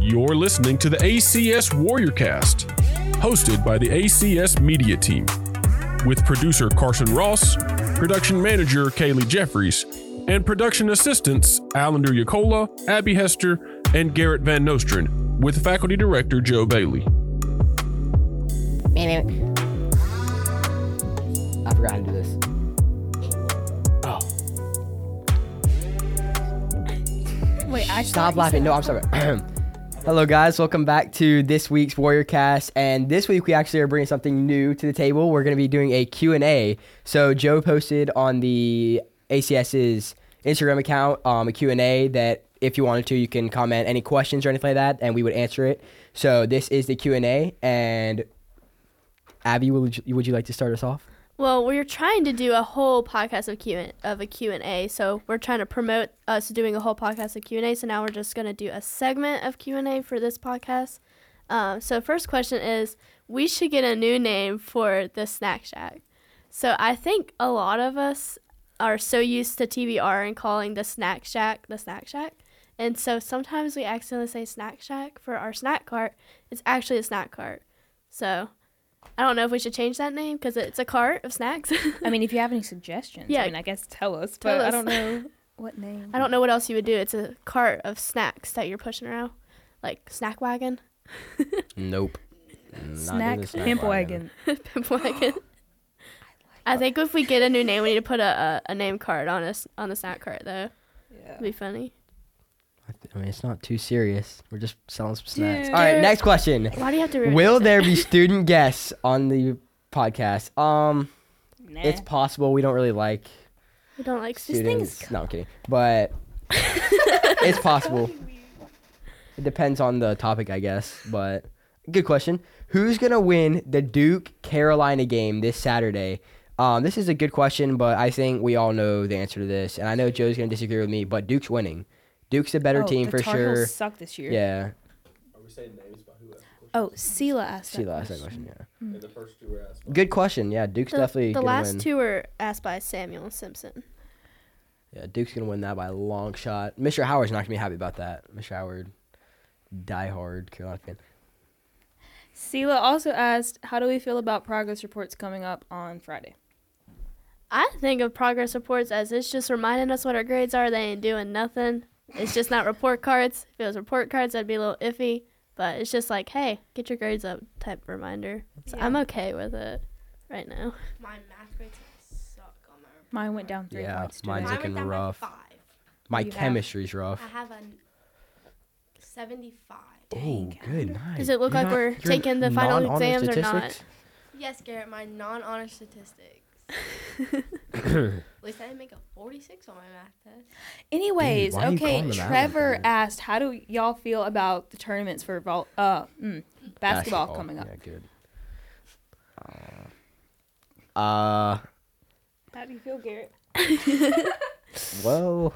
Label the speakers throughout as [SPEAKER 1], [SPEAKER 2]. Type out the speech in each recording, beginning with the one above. [SPEAKER 1] You're listening to the ACS Warrior Cast, hosted by the ACS Media Team, with producer Carson Ross, production manager Kaylee Jeffries, and production assistants Allender Yacola, Abby Hester, and Garrett Van Nostrand, with faculty director Joe Bailey.
[SPEAKER 2] Man,
[SPEAKER 3] I forgot how to do this.
[SPEAKER 2] wait, I
[SPEAKER 3] Stop laughing. No, I'm sorry. Hello, guys. Welcome back to this week's Warrior Cast. And this week, we actually are bringing something new to the table. We're going to be doing a Q&A. So Joe posted on the ACS's Instagram account um, a Q&A that if you wanted to, you can comment any questions or anything like that, and we would answer it. So this is the Q&A. And Abby, would you, would you like to start us off?
[SPEAKER 4] Well, we're trying to do a whole podcast of Q and- of a Q and A, so we're trying to promote us doing a whole podcast of Q and A. So now we're just going to do a segment of Q and A for this podcast. Um, so first question is, we should get a new name for the Snack Shack. So I think a lot of us are so used to TBR and calling the Snack Shack the Snack Shack, and so sometimes we accidentally say Snack Shack for our snack cart. It's actually a snack cart. So I don't know if we should change that name because it's a cart of snacks.
[SPEAKER 5] I mean, if you have any suggestions,
[SPEAKER 4] Yeah.
[SPEAKER 5] I mean, I guess tell us,
[SPEAKER 4] Tell
[SPEAKER 5] but I
[SPEAKER 4] us.
[SPEAKER 5] don't know what name.
[SPEAKER 4] I don't know what else you would do. It's a cart of snacks that you're pushing around, like snack wagon,
[SPEAKER 3] Nope.
[SPEAKER 5] Snack, pimp wagon.
[SPEAKER 4] pimp wagon. I think if we get a new name, we need to put a, a, a name card on us on the snack cart though. It'd be funny.
[SPEAKER 3] I mean, it's not too serious. We're just selling some snacks.
[SPEAKER 5] Dude.
[SPEAKER 3] All right, next question.
[SPEAKER 4] Why do you have to? Ruin
[SPEAKER 3] Will
[SPEAKER 4] it?
[SPEAKER 3] there be student guests on the podcast? Um,
[SPEAKER 5] Nah.
[SPEAKER 3] it's possible. We don't really like
[SPEAKER 4] We don't like
[SPEAKER 5] This thing is
[SPEAKER 3] students. No, I'm kidding. But it's possible. It depends on the topic, I guess. But good question. Who's gonna win the Duke Carolina game this Saturday? Um, this is a good question, but I think we all know the answer to this, and I know Joe's gonna disagree with me, but Duke's winning. Duke's a better
[SPEAKER 5] Oh,
[SPEAKER 3] team
[SPEAKER 5] the
[SPEAKER 3] for
[SPEAKER 5] Tar
[SPEAKER 3] sure.
[SPEAKER 5] Heels suck this year.
[SPEAKER 3] Yeah,
[SPEAKER 5] Oh, Sela asked.
[SPEAKER 3] see
[SPEAKER 5] that
[SPEAKER 3] the last
[SPEAKER 5] question.
[SPEAKER 3] question. Yeah.
[SPEAKER 5] Mm.
[SPEAKER 3] Good question. Yeah, Duke's
[SPEAKER 4] The,
[SPEAKER 3] definitely
[SPEAKER 4] the
[SPEAKER 3] gonna
[SPEAKER 4] last
[SPEAKER 3] win.
[SPEAKER 4] two were asked by Samuel Simpson.
[SPEAKER 3] Yeah, Duke's gonna win that by a long shot. Mr. Howard's not gonna be happy about that. Mr. Howard, diehard Carolina fan.
[SPEAKER 5] Sela also asked, "How do we feel about progress reports coming up on Friday?"
[SPEAKER 4] I think of progress reports as it's just reminding us what our grades are. They ain't doing nothing. It's just not report cards. If it was report cards, that'd be a little iffy. But it's just like, hey, get your grades up type reminder. So I'm okay with it right now.
[SPEAKER 6] My math grades suck on my report.
[SPEAKER 5] Mine went down three
[SPEAKER 3] Yeah,
[SPEAKER 5] points.
[SPEAKER 3] mine's
[SPEAKER 5] today.
[SPEAKER 6] Mine
[SPEAKER 3] looking
[SPEAKER 6] went down by
[SPEAKER 3] rough.
[SPEAKER 6] five.
[SPEAKER 3] My
[SPEAKER 5] You have-
[SPEAKER 3] chemistry's rough.
[SPEAKER 6] I
[SPEAKER 4] Ah.
[SPEAKER 6] have a 75.
[SPEAKER 3] Oh, good night.
[SPEAKER 4] Does it look
[SPEAKER 3] You're
[SPEAKER 4] like
[SPEAKER 3] not-
[SPEAKER 4] we're
[SPEAKER 3] you're
[SPEAKER 4] taking the final
[SPEAKER 3] non-honor
[SPEAKER 4] exams or not?
[SPEAKER 3] statistics?
[SPEAKER 6] Yes, Garrett, my non honor statistics. At least I didn't make a 46 on my math test.
[SPEAKER 5] Anyways,
[SPEAKER 3] why are you
[SPEAKER 5] okay.
[SPEAKER 3] calling them out like
[SPEAKER 5] Trevor
[SPEAKER 3] that?
[SPEAKER 5] asked, "How do y'all feel about the tournaments for vol- uh mm, basketball, coming up?"
[SPEAKER 3] Yeah, good. Uh, uh,
[SPEAKER 5] How do you feel, Garrett?
[SPEAKER 3] well,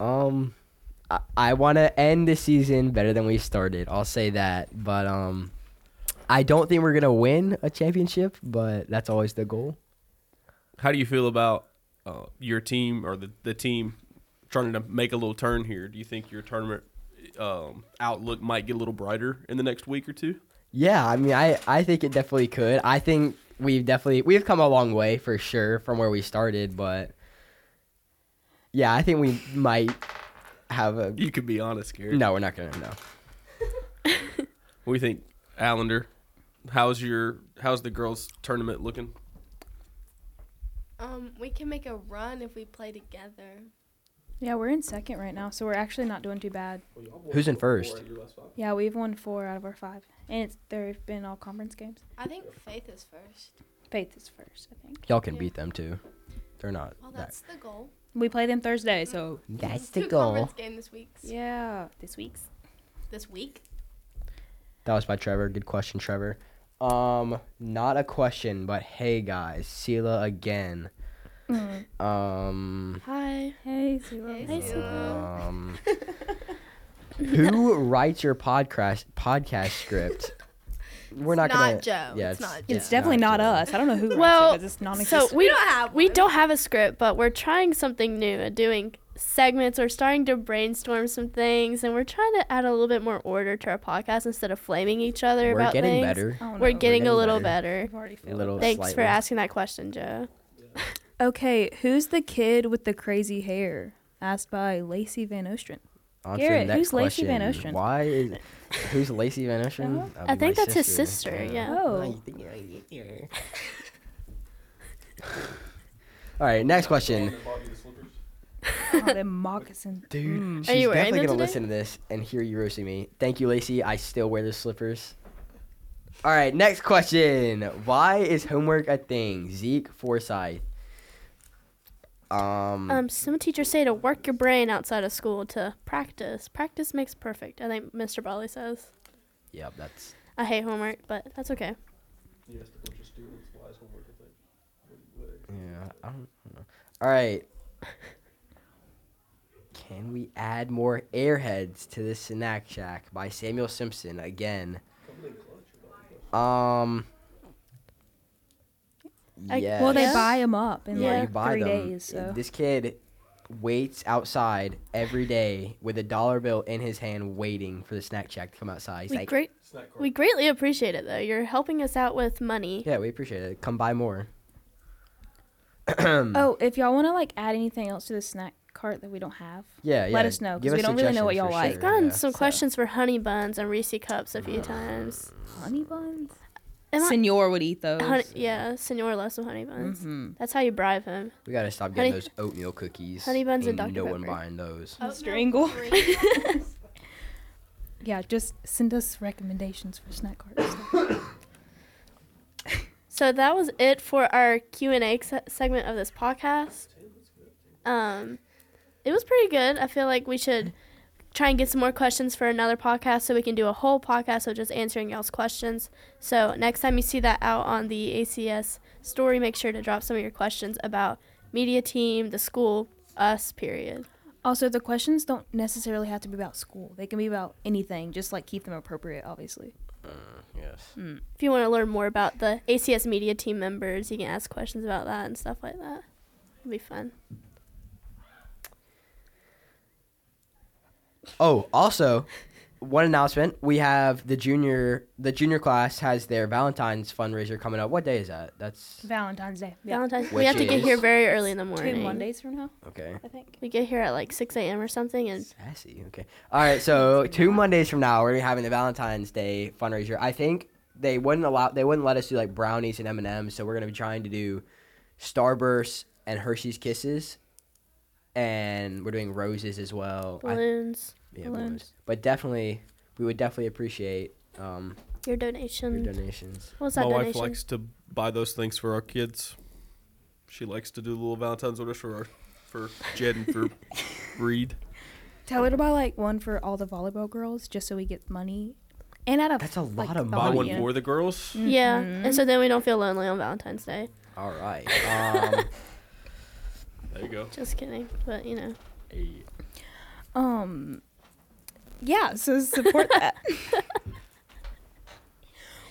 [SPEAKER 3] um, I, I want to end the season better than we started. I'll say that, but um, I don't think we're gonna win a championship, but that's always the goal.
[SPEAKER 1] How do you feel about uh, your team or the, the team trying to make a little turn here? Do you think your tournament um, outlook might get a little brighter in the next week or two?
[SPEAKER 3] Yeah, I mean, I, I think it definitely could. I think we've definitely we've come a long way for sure from where we started, but yeah, I think we might have a.
[SPEAKER 1] You could be honest, Gary.
[SPEAKER 3] No, we're not gonna. No,
[SPEAKER 1] What do you think, Allender? How's your how's the girls tournament looking?
[SPEAKER 6] Um, we can make a run if we play together.
[SPEAKER 5] Yeah, we're in second right now, so we're actually not doing too bad.
[SPEAKER 3] who's in first?
[SPEAKER 5] Yeah, we've won four out of our five, and it's they've been all conference games.
[SPEAKER 6] I think Faith is first.
[SPEAKER 5] Faith is first, I think.
[SPEAKER 3] Y'all can beat them too. They're not.
[SPEAKER 6] Well,
[SPEAKER 3] that-
[SPEAKER 6] that's the goal.
[SPEAKER 5] We play them Thursday, so
[SPEAKER 3] That's
[SPEAKER 6] Two
[SPEAKER 3] the goal.
[SPEAKER 6] conference game this week.
[SPEAKER 5] yeah, this week's.
[SPEAKER 6] This week.
[SPEAKER 3] That was by Trevor. Good question, Trevor. Um, not a question, but hey guys, Sela again. Um,
[SPEAKER 4] Hi.
[SPEAKER 5] Hey,
[SPEAKER 6] Hey, Sela.
[SPEAKER 3] um, who writes your podcast podcast script? We're not
[SPEAKER 6] It's
[SPEAKER 3] gonna.
[SPEAKER 6] not Joe.
[SPEAKER 3] Yeah,
[SPEAKER 6] It's not
[SPEAKER 5] It's definitely not
[SPEAKER 3] Joe.
[SPEAKER 5] us. I don't know who.
[SPEAKER 4] Well,
[SPEAKER 5] writes it, 'cause it's
[SPEAKER 4] So
[SPEAKER 5] non-existent.
[SPEAKER 4] we
[SPEAKER 6] don't have
[SPEAKER 4] we
[SPEAKER 6] one.
[SPEAKER 4] don't have a script, but we're trying something new, uh, doing segments. We're starting to brainstorm some things, and we're trying to add a little bit more order to our podcast instead of flaming each other
[SPEAKER 3] We're
[SPEAKER 4] about
[SPEAKER 3] getting
[SPEAKER 4] things.
[SPEAKER 3] better.
[SPEAKER 5] Oh, no,
[SPEAKER 4] We're getting
[SPEAKER 3] getting
[SPEAKER 4] a little
[SPEAKER 3] better.
[SPEAKER 4] better.
[SPEAKER 5] We've already
[SPEAKER 3] A
[SPEAKER 5] failed.
[SPEAKER 3] little
[SPEAKER 4] Thanks for
[SPEAKER 3] slightly.
[SPEAKER 4] asking that question, Joe.
[SPEAKER 5] Okay, who's the kid with the crazy hair? Asked by Lacey Van Ostrand.
[SPEAKER 3] On to the
[SPEAKER 5] Garrett,
[SPEAKER 3] next
[SPEAKER 5] who's Lacey Van
[SPEAKER 3] question.
[SPEAKER 5] Ostrand?
[SPEAKER 3] Why is who's Lacey Van Ocean?
[SPEAKER 4] I think that's his sister. Yeah.
[SPEAKER 5] Oh,
[SPEAKER 3] All right, next question.
[SPEAKER 5] oh them moccasins.
[SPEAKER 3] Dude, she's
[SPEAKER 4] Hmm. you wearing
[SPEAKER 3] definitely
[SPEAKER 4] them
[SPEAKER 3] gonna
[SPEAKER 4] today?
[SPEAKER 3] listen to this and hear you roasting me. Thank you, Lacey. I still wear those slippers. All right, next question. Why is homework a thing? Zeke Forsyth. Um,
[SPEAKER 4] Um, some teachers say to work your brain outside of school to practice. Practice makes perfect. I think Mr. Brawley says.
[SPEAKER 3] Yeah, that's
[SPEAKER 4] I hate homework, but that's okay.
[SPEAKER 3] yeah. I don't know. All right. Can we add more airheads to this snack shack by Samuel Simpson again? Um.
[SPEAKER 4] I-
[SPEAKER 3] yes.
[SPEAKER 5] Well, they
[SPEAKER 4] Yeah.
[SPEAKER 5] buy them up in
[SPEAKER 4] Yeah.
[SPEAKER 5] like
[SPEAKER 4] You
[SPEAKER 5] three days. So.
[SPEAKER 3] This kid waits outside every day with a dollar bill in his hand, waiting for the snack shack to come outside. He's
[SPEAKER 4] we
[SPEAKER 3] like,
[SPEAKER 4] great. We greatly appreciate it though. You're helping us out with money.
[SPEAKER 3] "Yeah, we appreciate it. Come buy more."
[SPEAKER 5] Oh, if y'all want to like add anything else to the snack cart that we don't have,
[SPEAKER 3] Yeah, yeah.
[SPEAKER 5] Let us know, 'cause
[SPEAKER 3] Give
[SPEAKER 5] we
[SPEAKER 3] us
[SPEAKER 5] don't really know what
[SPEAKER 3] suggestions
[SPEAKER 5] y'all
[SPEAKER 3] for
[SPEAKER 5] like.
[SPEAKER 3] sure,
[SPEAKER 4] Gotten
[SPEAKER 3] yeah.
[SPEAKER 4] some
[SPEAKER 5] so-
[SPEAKER 4] questions for honey buns and Reese cups a few times.
[SPEAKER 5] honey buns.
[SPEAKER 4] Am I-
[SPEAKER 5] Senor would eat those.
[SPEAKER 4] Honey, yeah, Senor loves some honey buns.
[SPEAKER 5] Mm-hmm.
[SPEAKER 4] That's how you bribe him.
[SPEAKER 3] We gotta stop getting
[SPEAKER 4] Honey-
[SPEAKER 3] those oatmeal cookies.
[SPEAKER 4] honey buns and Dr.
[SPEAKER 3] No one
[SPEAKER 4] Pepper.
[SPEAKER 3] buying those.
[SPEAKER 6] Oh, no,
[SPEAKER 5] strangle.
[SPEAKER 6] green.
[SPEAKER 5] Yeah, just send us recommendations for snack carts.
[SPEAKER 4] So that was it for our Q and A se- segment of this podcast. Um, it was pretty good. I feel like we should try and get some more questions for another podcast, so we can do a whole podcast of just answering y'all's questions. So next time you see that out on the ACS story, make sure to drop some of your questions about media team, the school, us. Period.
[SPEAKER 5] also, the questions don't necessarily have to be about school. They can be about anything. Just like keep them appropriate, obviously.
[SPEAKER 3] Yes.
[SPEAKER 4] If you want to learn more about the ACS media team members, you can ask questions about that and stuff like that. It'll be fun.
[SPEAKER 3] Oh, also, one announcement: we have the junior the junior class has their Valentine's fundraiser coming up. What day is that? That's
[SPEAKER 5] Valentine's Day.
[SPEAKER 4] Valentine's.
[SPEAKER 3] Which
[SPEAKER 4] we have to get
[SPEAKER 3] is-
[SPEAKER 4] here very early in the morning.
[SPEAKER 5] Two Mondays from now,
[SPEAKER 3] okay.
[SPEAKER 5] I think.
[SPEAKER 4] We get here at like 6 a.m. or something, and
[SPEAKER 3] Sassy. Okay. All right. So two Mondays from now, we're gonna be having the Valentine's Day fundraiser. I think they wouldn't allow they wouldn't let us do like brownies and M and M's. So we're gonna be trying to do Starburst and Hershey's Kisses, and we're doing roses as well. I-
[SPEAKER 4] balloons,
[SPEAKER 3] yeah,
[SPEAKER 5] balloons.
[SPEAKER 3] balloons. But definitely, we would definitely appreciate um,
[SPEAKER 4] your
[SPEAKER 3] your
[SPEAKER 4] donation.
[SPEAKER 3] donations.
[SPEAKER 4] What's
[SPEAKER 7] My
[SPEAKER 4] that
[SPEAKER 7] wife
[SPEAKER 4] donation?
[SPEAKER 7] likes to buy those things for our kids. She likes to do little Valentine's orders for our, for Jed and for Reed.
[SPEAKER 5] Tell her to buy like one for all the volleyball girls, just so we get money. And out of
[SPEAKER 3] That's a
[SPEAKER 5] like,
[SPEAKER 3] lot of
[SPEAKER 4] Oh,
[SPEAKER 7] Buy
[SPEAKER 3] money.
[SPEAKER 5] lot,
[SPEAKER 7] one
[SPEAKER 5] yeah.
[SPEAKER 7] for the girls.
[SPEAKER 4] Yeah,
[SPEAKER 5] Mm-hmm.
[SPEAKER 4] and so then we don't feel lonely on Valentine's Day.
[SPEAKER 3] All right. Um,
[SPEAKER 7] There you go.
[SPEAKER 4] Just kidding, but you know,
[SPEAKER 5] Um, yeah, so support that.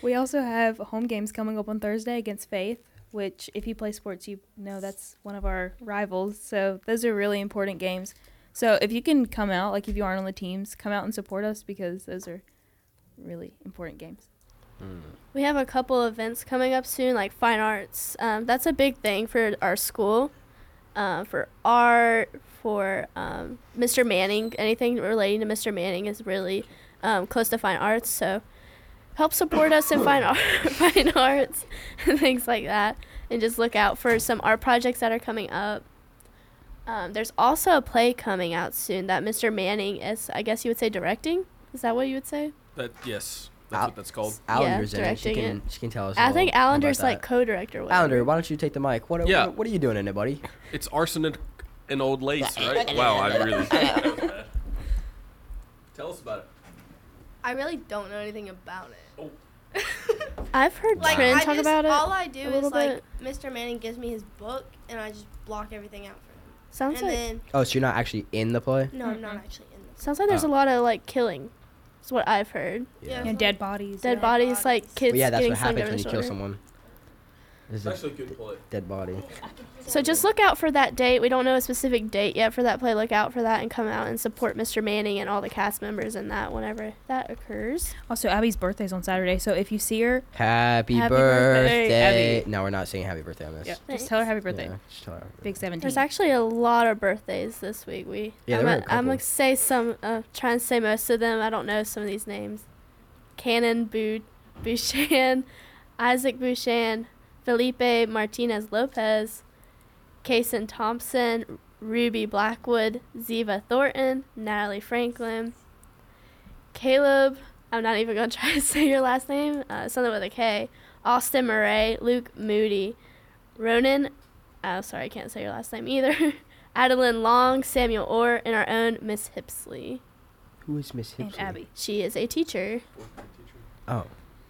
[SPEAKER 5] we also have home games coming up on Thursday against Faith, which, if you play sports, you know that's one of our rivals. So those are really important games. So if you can come out, like if you aren't on the teams, come out and support us because those are really important games.
[SPEAKER 4] we have a couple events coming up soon, like fine arts. Um, that's a big thing for our school, uh, for art, for um, Mr. Manning. Anything relating to Mr. Manning is really um, close to fine arts. So help support us in fine art, fine arts, and things like that. And just look out for some art projects that are coming up. Um, there's also a play coming out soon that Mr. Manning is, I guess you would say, directing. Is that what you would say?
[SPEAKER 7] That yes, that's
[SPEAKER 3] Ow.
[SPEAKER 7] what that's called.
[SPEAKER 3] Allender's in it. She
[SPEAKER 4] directing
[SPEAKER 3] can she can tell us. a
[SPEAKER 4] I
[SPEAKER 3] little
[SPEAKER 4] think
[SPEAKER 3] more about
[SPEAKER 4] Allender's like
[SPEAKER 3] that.
[SPEAKER 4] co-director. or whatever.
[SPEAKER 3] Allender, why don't you take the mic? What,
[SPEAKER 7] Yeah.
[SPEAKER 3] what, what are you doing in it, buddy?
[SPEAKER 7] It's arson and, and old lace, right? wow, I really. That was bad. Tell us about it.
[SPEAKER 6] I really don't know anything about it.
[SPEAKER 4] I've heard
[SPEAKER 6] Like
[SPEAKER 4] Trin
[SPEAKER 6] I
[SPEAKER 4] talk
[SPEAKER 6] just,
[SPEAKER 4] about it.
[SPEAKER 6] all I do
[SPEAKER 4] a
[SPEAKER 6] is
[SPEAKER 4] little
[SPEAKER 6] like
[SPEAKER 4] bit.
[SPEAKER 6] Mr. Manning gives me his book and I just block everything out for him.
[SPEAKER 4] sounds
[SPEAKER 6] and
[SPEAKER 4] like
[SPEAKER 6] then
[SPEAKER 3] Oh, so you're not actually in the play?
[SPEAKER 6] no, I'm not actually in this.
[SPEAKER 4] sounds like there's
[SPEAKER 3] Oh.
[SPEAKER 4] a lot of like killing. Is what I've heard.
[SPEAKER 3] Yeah.
[SPEAKER 5] And dead bodies.
[SPEAKER 4] Dead bodies, like
[SPEAKER 6] bodies.
[SPEAKER 4] kids
[SPEAKER 3] Well, yeah, that's
[SPEAKER 4] getting
[SPEAKER 3] what
[SPEAKER 4] slung
[SPEAKER 3] happens
[SPEAKER 4] over
[SPEAKER 3] when you
[SPEAKER 4] the
[SPEAKER 3] kill
[SPEAKER 4] shoulder.
[SPEAKER 3] someone. This
[SPEAKER 7] It's
[SPEAKER 3] is a
[SPEAKER 7] actually a good play.
[SPEAKER 3] dead body.
[SPEAKER 4] So just look out for that date. We don't know a specific date yet for that play. Look out for that and come out and support Mr. Manning and all the cast members in that whenever that occurs.
[SPEAKER 5] Also, Abby's birthday's on Saturday, so if you see her,
[SPEAKER 3] Happy,
[SPEAKER 5] Happy
[SPEAKER 3] birthday.
[SPEAKER 5] birthday,
[SPEAKER 3] No, we're not saying happy birthday on this.
[SPEAKER 5] yeah, just tell her happy birthday.
[SPEAKER 3] Yeah, just tell her.
[SPEAKER 5] Big seventeen.
[SPEAKER 4] There's actually a lot of birthdays this week. We
[SPEAKER 3] Yeah, there
[SPEAKER 4] I'm,
[SPEAKER 3] were a
[SPEAKER 4] gonna- I'm
[SPEAKER 3] couple.
[SPEAKER 4] gonna say some. Uh, try and say most of them. I don't know some of these names. Cannon Boo, Bouchan, Isaac Bouchan, Felipe Martinez Lopez, Kason Thompson, Ruby Blackwood, Ziva Thornton, Natalie Franklin, Caleb. I'm not even gonna try to say your last name. Uh, something with a K. Austin Murray, Luke Moody, Ronan. Oh, sorry, I can't say your last name either. Adeline Long, Samuel Orr, and our own Miss Hipsley.
[SPEAKER 3] Who is Miss
[SPEAKER 5] and
[SPEAKER 3] Hipsley?
[SPEAKER 5] Abby.
[SPEAKER 4] She is a teacher.
[SPEAKER 3] Oh.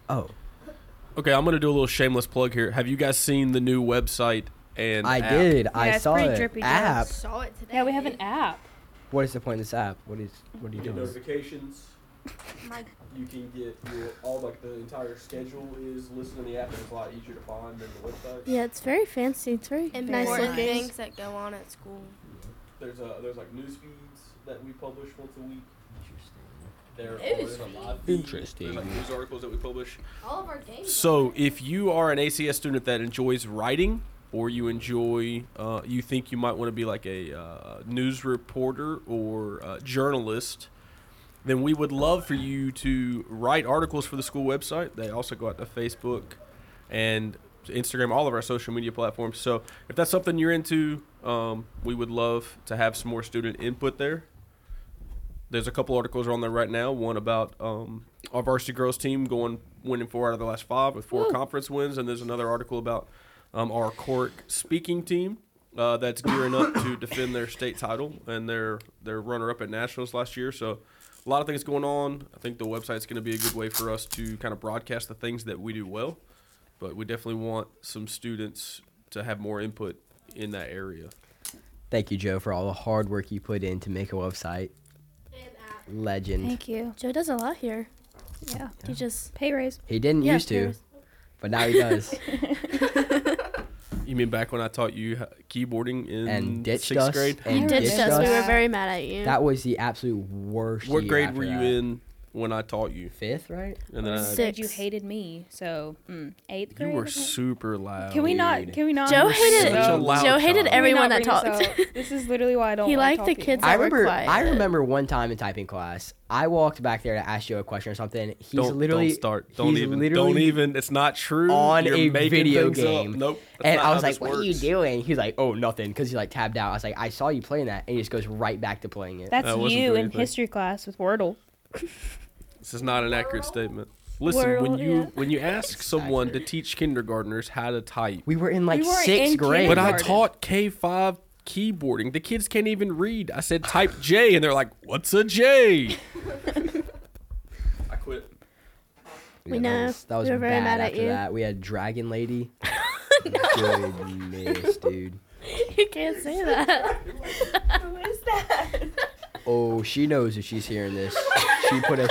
[SPEAKER 3] Oh.
[SPEAKER 7] Okay, I'm gonna do a little shameless plug here. Have you guys seen the new website and
[SPEAKER 3] I
[SPEAKER 7] app?
[SPEAKER 3] did. I
[SPEAKER 5] it's
[SPEAKER 3] saw
[SPEAKER 5] pretty
[SPEAKER 3] it.
[SPEAKER 5] drippy drip.
[SPEAKER 3] app.
[SPEAKER 6] Saw it today.
[SPEAKER 5] Yeah, we have an app.
[SPEAKER 3] What is the point of this app? What is what are
[SPEAKER 7] You
[SPEAKER 3] you
[SPEAKER 7] get
[SPEAKER 3] doing?
[SPEAKER 7] notifications.
[SPEAKER 6] My-
[SPEAKER 7] You can get your, all like the entire schedule is listed in the app, and it's a lot easier to find than the website.
[SPEAKER 4] Yeah, it's very fancy. It's very
[SPEAKER 6] Important
[SPEAKER 4] nice looking.
[SPEAKER 6] things that go on at school.
[SPEAKER 7] There's uh there's like news feeds that we publish once a week. There
[SPEAKER 6] News
[SPEAKER 7] is a live feed. There's like
[SPEAKER 3] Interesting.
[SPEAKER 7] news articles that we publish.
[SPEAKER 6] All of our games.
[SPEAKER 7] So if you are an ACS student that enjoys writing, or you enjoy, uh, you think you might want to be like a uh, news reporter or uh journalist, then we would love for you to write articles for the school website. They also go out to Facebook and Instagram, all of our social media platforms. So if that's something you're into, um, we would love to have some more student input there. There's a couple articles on there right now. One about um, our varsity girls team going winning four out of the last five with four conference wins, and there's another article about um, our Cork speaking team uh, that's gearing up to defend their state title and their their runner up at nationals last year. So a lot of things going on. I think the website's going to be a good way for us to kind of broadcast the things that we do well, but we definitely want some students to have more input in that area.
[SPEAKER 3] Thank you, Joe, for all the hard work you put in to make a website. Legend.
[SPEAKER 5] Thank you.
[SPEAKER 4] Joe does a lot here.
[SPEAKER 5] Yeah.
[SPEAKER 4] He just
[SPEAKER 5] Pay raise.
[SPEAKER 3] He didn't
[SPEAKER 4] Yeah,
[SPEAKER 3] used to,
[SPEAKER 4] there's-
[SPEAKER 3] but now he does.
[SPEAKER 7] You mean back when I taught you h- keyboarding in
[SPEAKER 3] and ditched
[SPEAKER 7] sixth
[SPEAKER 3] us.
[SPEAKER 7] grade?
[SPEAKER 3] And
[SPEAKER 5] You
[SPEAKER 4] ditched
[SPEAKER 5] ditched
[SPEAKER 4] us. We
[SPEAKER 5] us.
[SPEAKER 4] were very mad at you.
[SPEAKER 3] That was the absolute worst.
[SPEAKER 7] What
[SPEAKER 3] year
[SPEAKER 7] grade
[SPEAKER 3] after
[SPEAKER 7] were you
[SPEAKER 3] that.
[SPEAKER 7] in when I taught you?
[SPEAKER 3] Fifth, right?
[SPEAKER 7] And then I,
[SPEAKER 4] Sixth
[SPEAKER 5] Said you hated me, so mm, eighth
[SPEAKER 7] you
[SPEAKER 5] grade.
[SPEAKER 7] were
[SPEAKER 5] I think?
[SPEAKER 7] super loud.
[SPEAKER 5] Can we not?
[SPEAKER 3] Dude.
[SPEAKER 5] Can we not?
[SPEAKER 4] Joe
[SPEAKER 5] We're
[SPEAKER 4] hated
[SPEAKER 7] such a
[SPEAKER 5] so-
[SPEAKER 7] loud
[SPEAKER 4] Joe hated
[SPEAKER 7] child.
[SPEAKER 4] everyone that
[SPEAKER 5] Can we not bring
[SPEAKER 4] talked.
[SPEAKER 5] this up? this is literally why I don't.
[SPEAKER 4] He
[SPEAKER 5] wanna
[SPEAKER 4] liked
[SPEAKER 5] talk
[SPEAKER 4] the
[SPEAKER 5] to you.
[SPEAKER 4] kids
[SPEAKER 3] I
[SPEAKER 4] that were
[SPEAKER 3] remember. I
[SPEAKER 4] quiet.
[SPEAKER 3] remember one time in typing class, I walked back there to ask Joe a question or something. He's
[SPEAKER 7] don't,
[SPEAKER 3] literally
[SPEAKER 7] don't start. Don't
[SPEAKER 3] he's
[SPEAKER 7] even.
[SPEAKER 3] literally-
[SPEAKER 7] Don't even. It's not true.
[SPEAKER 3] on
[SPEAKER 7] You're
[SPEAKER 3] a
[SPEAKER 7] making
[SPEAKER 3] video
[SPEAKER 7] things up.
[SPEAKER 3] game.
[SPEAKER 7] Nope. that's
[SPEAKER 3] And
[SPEAKER 7] not
[SPEAKER 3] I
[SPEAKER 7] how
[SPEAKER 3] was like,
[SPEAKER 7] this
[SPEAKER 3] "What are you
[SPEAKER 7] works."
[SPEAKER 3] doing?" He's like, "Oh, nothing," because he like tabbed out. I was like, "I saw you playing that," and he just goes right back to playing it.
[SPEAKER 5] That's
[SPEAKER 7] I wasn't
[SPEAKER 5] you
[SPEAKER 7] doing
[SPEAKER 5] in
[SPEAKER 7] anything.
[SPEAKER 5] history class with Wordle.
[SPEAKER 7] This is not an accurate statement. Listen, when
[SPEAKER 4] World,
[SPEAKER 7] you
[SPEAKER 4] yeah.
[SPEAKER 7] when you ask someone to teach kindergartners how to type,
[SPEAKER 3] we were in like
[SPEAKER 5] were
[SPEAKER 3] sixth
[SPEAKER 5] in
[SPEAKER 3] grade.
[SPEAKER 7] but I
[SPEAKER 5] kindergarten.
[SPEAKER 7] taught K five keyboarding. The kids can't even read. I said type J, and they're like, "What's a J?" I quit.
[SPEAKER 4] We
[SPEAKER 3] Yeah, That
[SPEAKER 4] know.
[SPEAKER 3] was, that was
[SPEAKER 4] We were very
[SPEAKER 3] bad
[SPEAKER 4] mad at
[SPEAKER 3] after
[SPEAKER 4] you.
[SPEAKER 3] that. We had Dragon Lady. Goodness, dude.
[SPEAKER 4] you can't say that.
[SPEAKER 3] Oh, she knows if she's hearing this. She put us.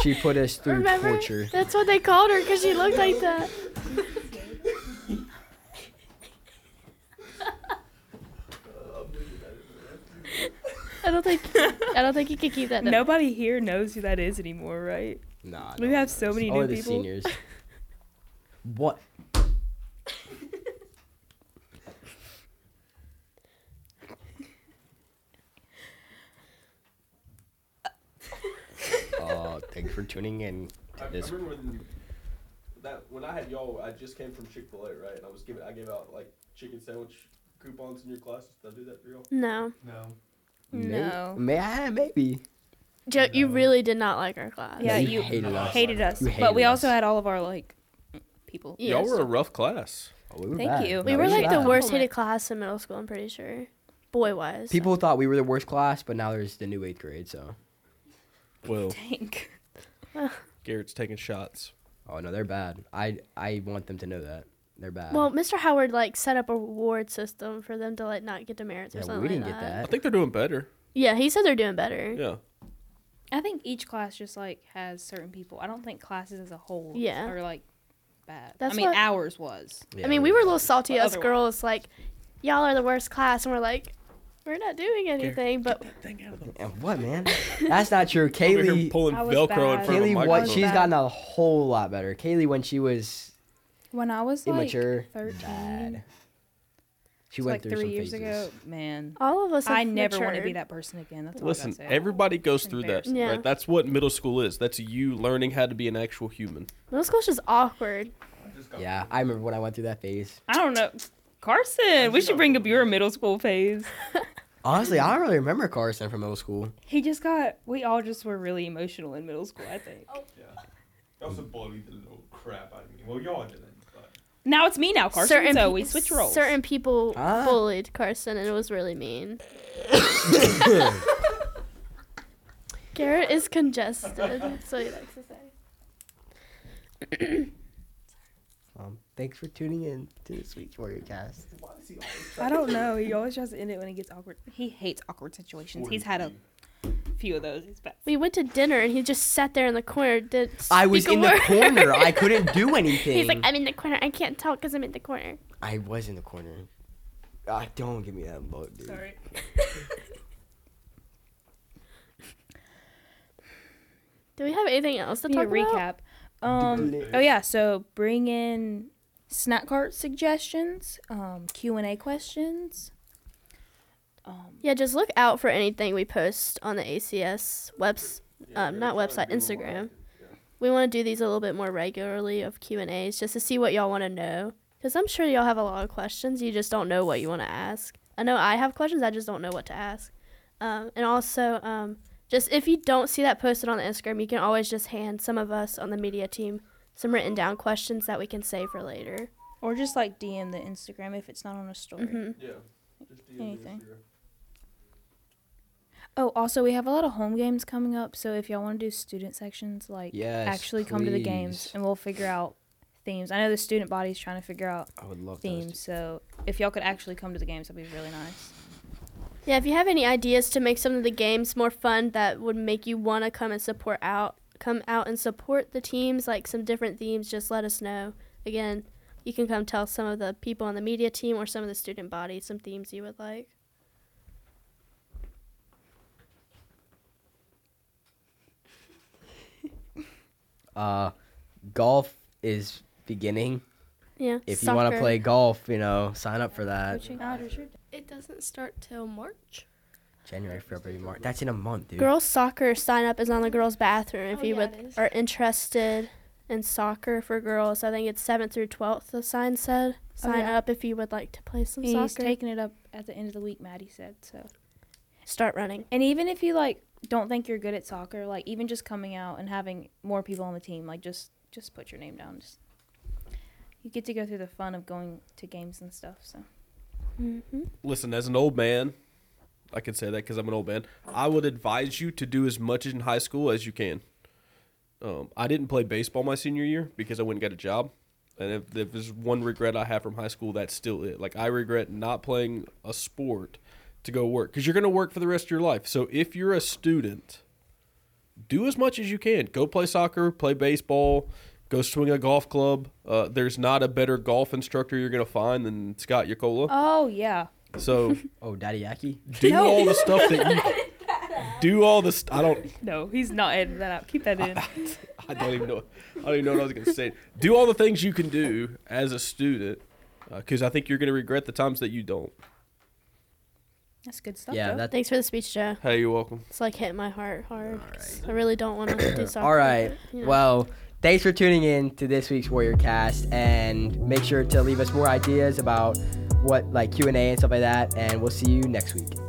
[SPEAKER 3] She put us through
[SPEAKER 4] Remember?
[SPEAKER 3] torture.
[SPEAKER 4] That's what they called her because she looked like that. I don't think I don't think you could keep that. No.
[SPEAKER 5] Nobody here knows who that is anymore, right?
[SPEAKER 3] Nah.
[SPEAKER 5] We
[SPEAKER 3] no
[SPEAKER 5] have
[SPEAKER 3] one
[SPEAKER 5] so
[SPEAKER 3] knows.
[SPEAKER 5] many new
[SPEAKER 3] Only the
[SPEAKER 5] people.
[SPEAKER 3] seniors. What? Oh, thanks for tuning in
[SPEAKER 7] I,
[SPEAKER 3] to
[SPEAKER 7] I
[SPEAKER 3] this.
[SPEAKER 7] remember when that when I had y'all, I just came from Chick Fil A, right? And I was giving, I gave out like chicken sandwich coupons in your class. Did I do that for y'all?
[SPEAKER 4] No,
[SPEAKER 7] No.
[SPEAKER 3] May-
[SPEAKER 5] No.
[SPEAKER 3] May, I? Maybe.
[SPEAKER 4] Joe, you really did not like our class.
[SPEAKER 5] Yeah,
[SPEAKER 3] you
[SPEAKER 5] you,
[SPEAKER 3] hated us.
[SPEAKER 5] hated us.
[SPEAKER 3] You hated
[SPEAKER 5] but we
[SPEAKER 3] us.
[SPEAKER 5] also had all of our like people.
[SPEAKER 4] Yeah.
[SPEAKER 7] Y'all were a rough class.
[SPEAKER 3] Oh, we were
[SPEAKER 5] Thank
[SPEAKER 3] bad.
[SPEAKER 5] you.
[SPEAKER 3] No,
[SPEAKER 4] We
[SPEAKER 5] No,
[SPEAKER 4] were
[SPEAKER 5] we
[SPEAKER 4] like the
[SPEAKER 3] bad.
[SPEAKER 4] worst hated class in middle school. I'm pretty sure, boy wise.
[SPEAKER 3] People thought we were the worst class, but now there's the new eighth grade. So,
[SPEAKER 7] Well,
[SPEAKER 5] Tank.
[SPEAKER 7] Garrett's taking shots.
[SPEAKER 3] oh no, they're bad. I I want them to know that they're bad.
[SPEAKER 4] Well, Mr. Howard like set up a reward system for them to like not get demerits or
[SPEAKER 3] yeah,
[SPEAKER 4] something.
[SPEAKER 3] we didn't
[SPEAKER 4] like
[SPEAKER 3] get
[SPEAKER 4] that.
[SPEAKER 3] that.
[SPEAKER 7] I think they're doing better.
[SPEAKER 4] Yeah, he said they're doing better.
[SPEAKER 7] Yeah.
[SPEAKER 5] I think each class just like has certain people. I don't think classes as a whole
[SPEAKER 4] Yeah.
[SPEAKER 5] are like bad.
[SPEAKER 4] That's
[SPEAKER 5] I mean,
[SPEAKER 4] what-
[SPEAKER 5] ours was.
[SPEAKER 4] I mean, we were a little salty
[SPEAKER 5] But
[SPEAKER 4] as
[SPEAKER 5] otherwise-
[SPEAKER 4] girls, like, y'all are the worst class, and we're like, we're not doing anything, but
[SPEAKER 7] Thing out of the
[SPEAKER 3] Yeah, What man? That's not true.
[SPEAKER 7] Over here
[SPEAKER 3] Kaylee,
[SPEAKER 7] pulling
[SPEAKER 5] I was
[SPEAKER 7] Velcro in
[SPEAKER 5] bad.
[SPEAKER 7] front of a
[SPEAKER 3] Kaylee,
[SPEAKER 7] microphone.
[SPEAKER 3] what she's
[SPEAKER 5] bad.
[SPEAKER 3] gotten a whole lot better. Kaylee, when she was
[SPEAKER 5] When I was like
[SPEAKER 3] immature,
[SPEAKER 5] 13,
[SPEAKER 3] bad. She
[SPEAKER 5] it's
[SPEAKER 3] went
[SPEAKER 5] Mm. like
[SPEAKER 3] through
[SPEAKER 5] three
[SPEAKER 3] some
[SPEAKER 5] years
[SPEAKER 3] phases.
[SPEAKER 5] ago, man.
[SPEAKER 4] all of us.
[SPEAKER 5] I
[SPEAKER 4] have
[SPEAKER 5] never want to be
[SPEAKER 4] matured.
[SPEAKER 5] that person again. That's all I gotta
[SPEAKER 7] Listen,
[SPEAKER 5] say.
[SPEAKER 7] everybody goes through that.
[SPEAKER 4] Yeah.
[SPEAKER 7] Right? That's what middle school is. That's you learning how to be an actual human.
[SPEAKER 4] Middle school's just awkward.
[SPEAKER 3] Yeah, I remember when I went through that phase.
[SPEAKER 5] I don't know, Carson. We should bring up your middle school phase.
[SPEAKER 3] Honestly, I don't really remember Carson from middle school.
[SPEAKER 5] He just got. We all just were really emotional in middle school. I think.
[SPEAKER 4] Oh.
[SPEAKER 8] Y'all some bullied the little crap out of me. Well, y'all didn't, but
[SPEAKER 5] Now it's me now, Carson. so we
[SPEAKER 4] pe-
[SPEAKER 5] switch roles.
[SPEAKER 4] Certain people
[SPEAKER 3] Ah.
[SPEAKER 4] bullied Carson, and it was really mean. Garrett is congested, so he likes to say.
[SPEAKER 3] Um, thanks for tuning in to this week's Warrior Cast.
[SPEAKER 5] I don't know. He always tries to end it when it gets awkward. He hates awkward situations. He's had a few of those. He's bad.
[SPEAKER 4] We went to dinner, and he just sat there in the corner. Did
[SPEAKER 3] I was in the corner. I couldn't do anything.
[SPEAKER 4] He's like, I'm in the corner. I can't talk because I'm in the corner.
[SPEAKER 3] I was in the corner. Ah, don't give me that look, dude.
[SPEAKER 5] Sorry.
[SPEAKER 4] Do we have anything else to
[SPEAKER 5] Need
[SPEAKER 4] talk
[SPEAKER 5] a recap. Um. Oh yeah. So bring in snack cart suggestions, um, Q and A questions. Um,
[SPEAKER 4] Yeah, just look out for anything we post on the ACS webs, um, not website, Instagram. We want to do these a little bit more regularly of Q and A's just to see what y'all want to know, because I'm sure y'all have a lot of questions. You just don't know what you want to ask. I know I have questions. I just don't know what to ask. Um, and also, um, just if you don't see that posted on the Instagram, you can always just hand some of us on the media team some written down questions that we can save for later.
[SPEAKER 5] or just like DM the Instagram if it's not on a story.
[SPEAKER 4] hmm
[SPEAKER 8] yeah. Just DM me
[SPEAKER 5] Anything.
[SPEAKER 8] this year.
[SPEAKER 5] Oh, also we have a lot of home games coming up, so if y'all want to do student sections, like
[SPEAKER 3] Yes,
[SPEAKER 5] actually come to the games
[SPEAKER 3] please.
[SPEAKER 5] and we'll figure out themes. I know the student body's trying to figure out
[SPEAKER 3] I would love
[SPEAKER 5] themes, so if y'all could actually come to the games, that'd be really nice.
[SPEAKER 4] Yeah, if you have any ideas to make some of the games more fun that would make you want to come and support out, come out and support the teams, like some different themes, just let us know. Again, you can come tell some of the people on the media team or some of the student body some themes you would like.
[SPEAKER 3] to. Uh, golf is beginning.
[SPEAKER 4] Yeah.
[SPEAKER 3] If you want to
[SPEAKER 4] soccer.
[SPEAKER 3] play golf, you know, sign up for that.
[SPEAKER 5] Coaching out is your
[SPEAKER 6] It doesn't start till March.
[SPEAKER 3] January, February, March. That's in a month, dude.
[SPEAKER 4] girls soccer sign up is on the girls bathroom if
[SPEAKER 6] Oh,
[SPEAKER 4] you
[SPEAKER 6] yeah, it
[SPEAKER 4] would
[SPEAKER 6] is.
[SPEAKER 4] are interested in soccer for girls. I think it's 7th through 12th the sign
[SPEAKER 6] Oh,
[SPEAKER 4] said. Sign
[SPEAKER 5] yeah.
[SPEAKER 4] up if you would like to play some
[SPEAKER 5] He's
[SPEAKER 4] soccer.
[SPEAKER 5] taking it up at the end of the week, Maddie said. So,
[SPEAKER 4] Start running.
[SPEAKER 5] and even if you like don't think you're good at soccer, like even just coming out and having more people on the team, like just just put your name down. Just you get to go through the fun of going to games and stuff. So
[SPEAKER 4] Mhm.
[SPEAKER 7] Listen, as an old man, I can say that because I'm an old man. I would advise you to do as much in high school as you can. Um, I didn't play baseball my senior year because I went and got a job. And if, if there's one regret I have from high school, that's still it. Like, I regret not playing a sport to go work because you're going to work for the rest of your life. So, if you're a student, do as much as you can. Go play soccer, play baseball, go swing a golf club. Uh, there's not a better golf instructor you're going to find than Scott Yakola.
[SPEAKER 5] Oh yeah.
[SPEAKER 7] So
[SPEAKER 3] Oh, Daddy Yaki.
[SPEAKER 7] do all the stuff that you do all the st- I don't
[SPEAKER 5] No, he's not editing that out. Keep that in.
[SPEAKER 7] I don't even know I don't even know what I was gonna say. Do all the things you can do as a student because I think you're gonna regret the times that you don't.
[SPEAKER 5] That's good stuff.
[SPEAKER 3] yeah,
[SPEAKER 5] though.
[SPEAKER 3] that's
[SPEAKER 4] Thanks for the speech, Joe.
[SPEAKER 7] Hey, you're welcome.
[SPEAKER 4] It's like hitting my heart hard. 'cause I really don't want to do something.
[SPEAKER 3] All right. Well, thanks for tuning in to this week's Warrior Cast, and make sure to leave us more ideas about what like Q and A and stuff like that. And we'll see you next week.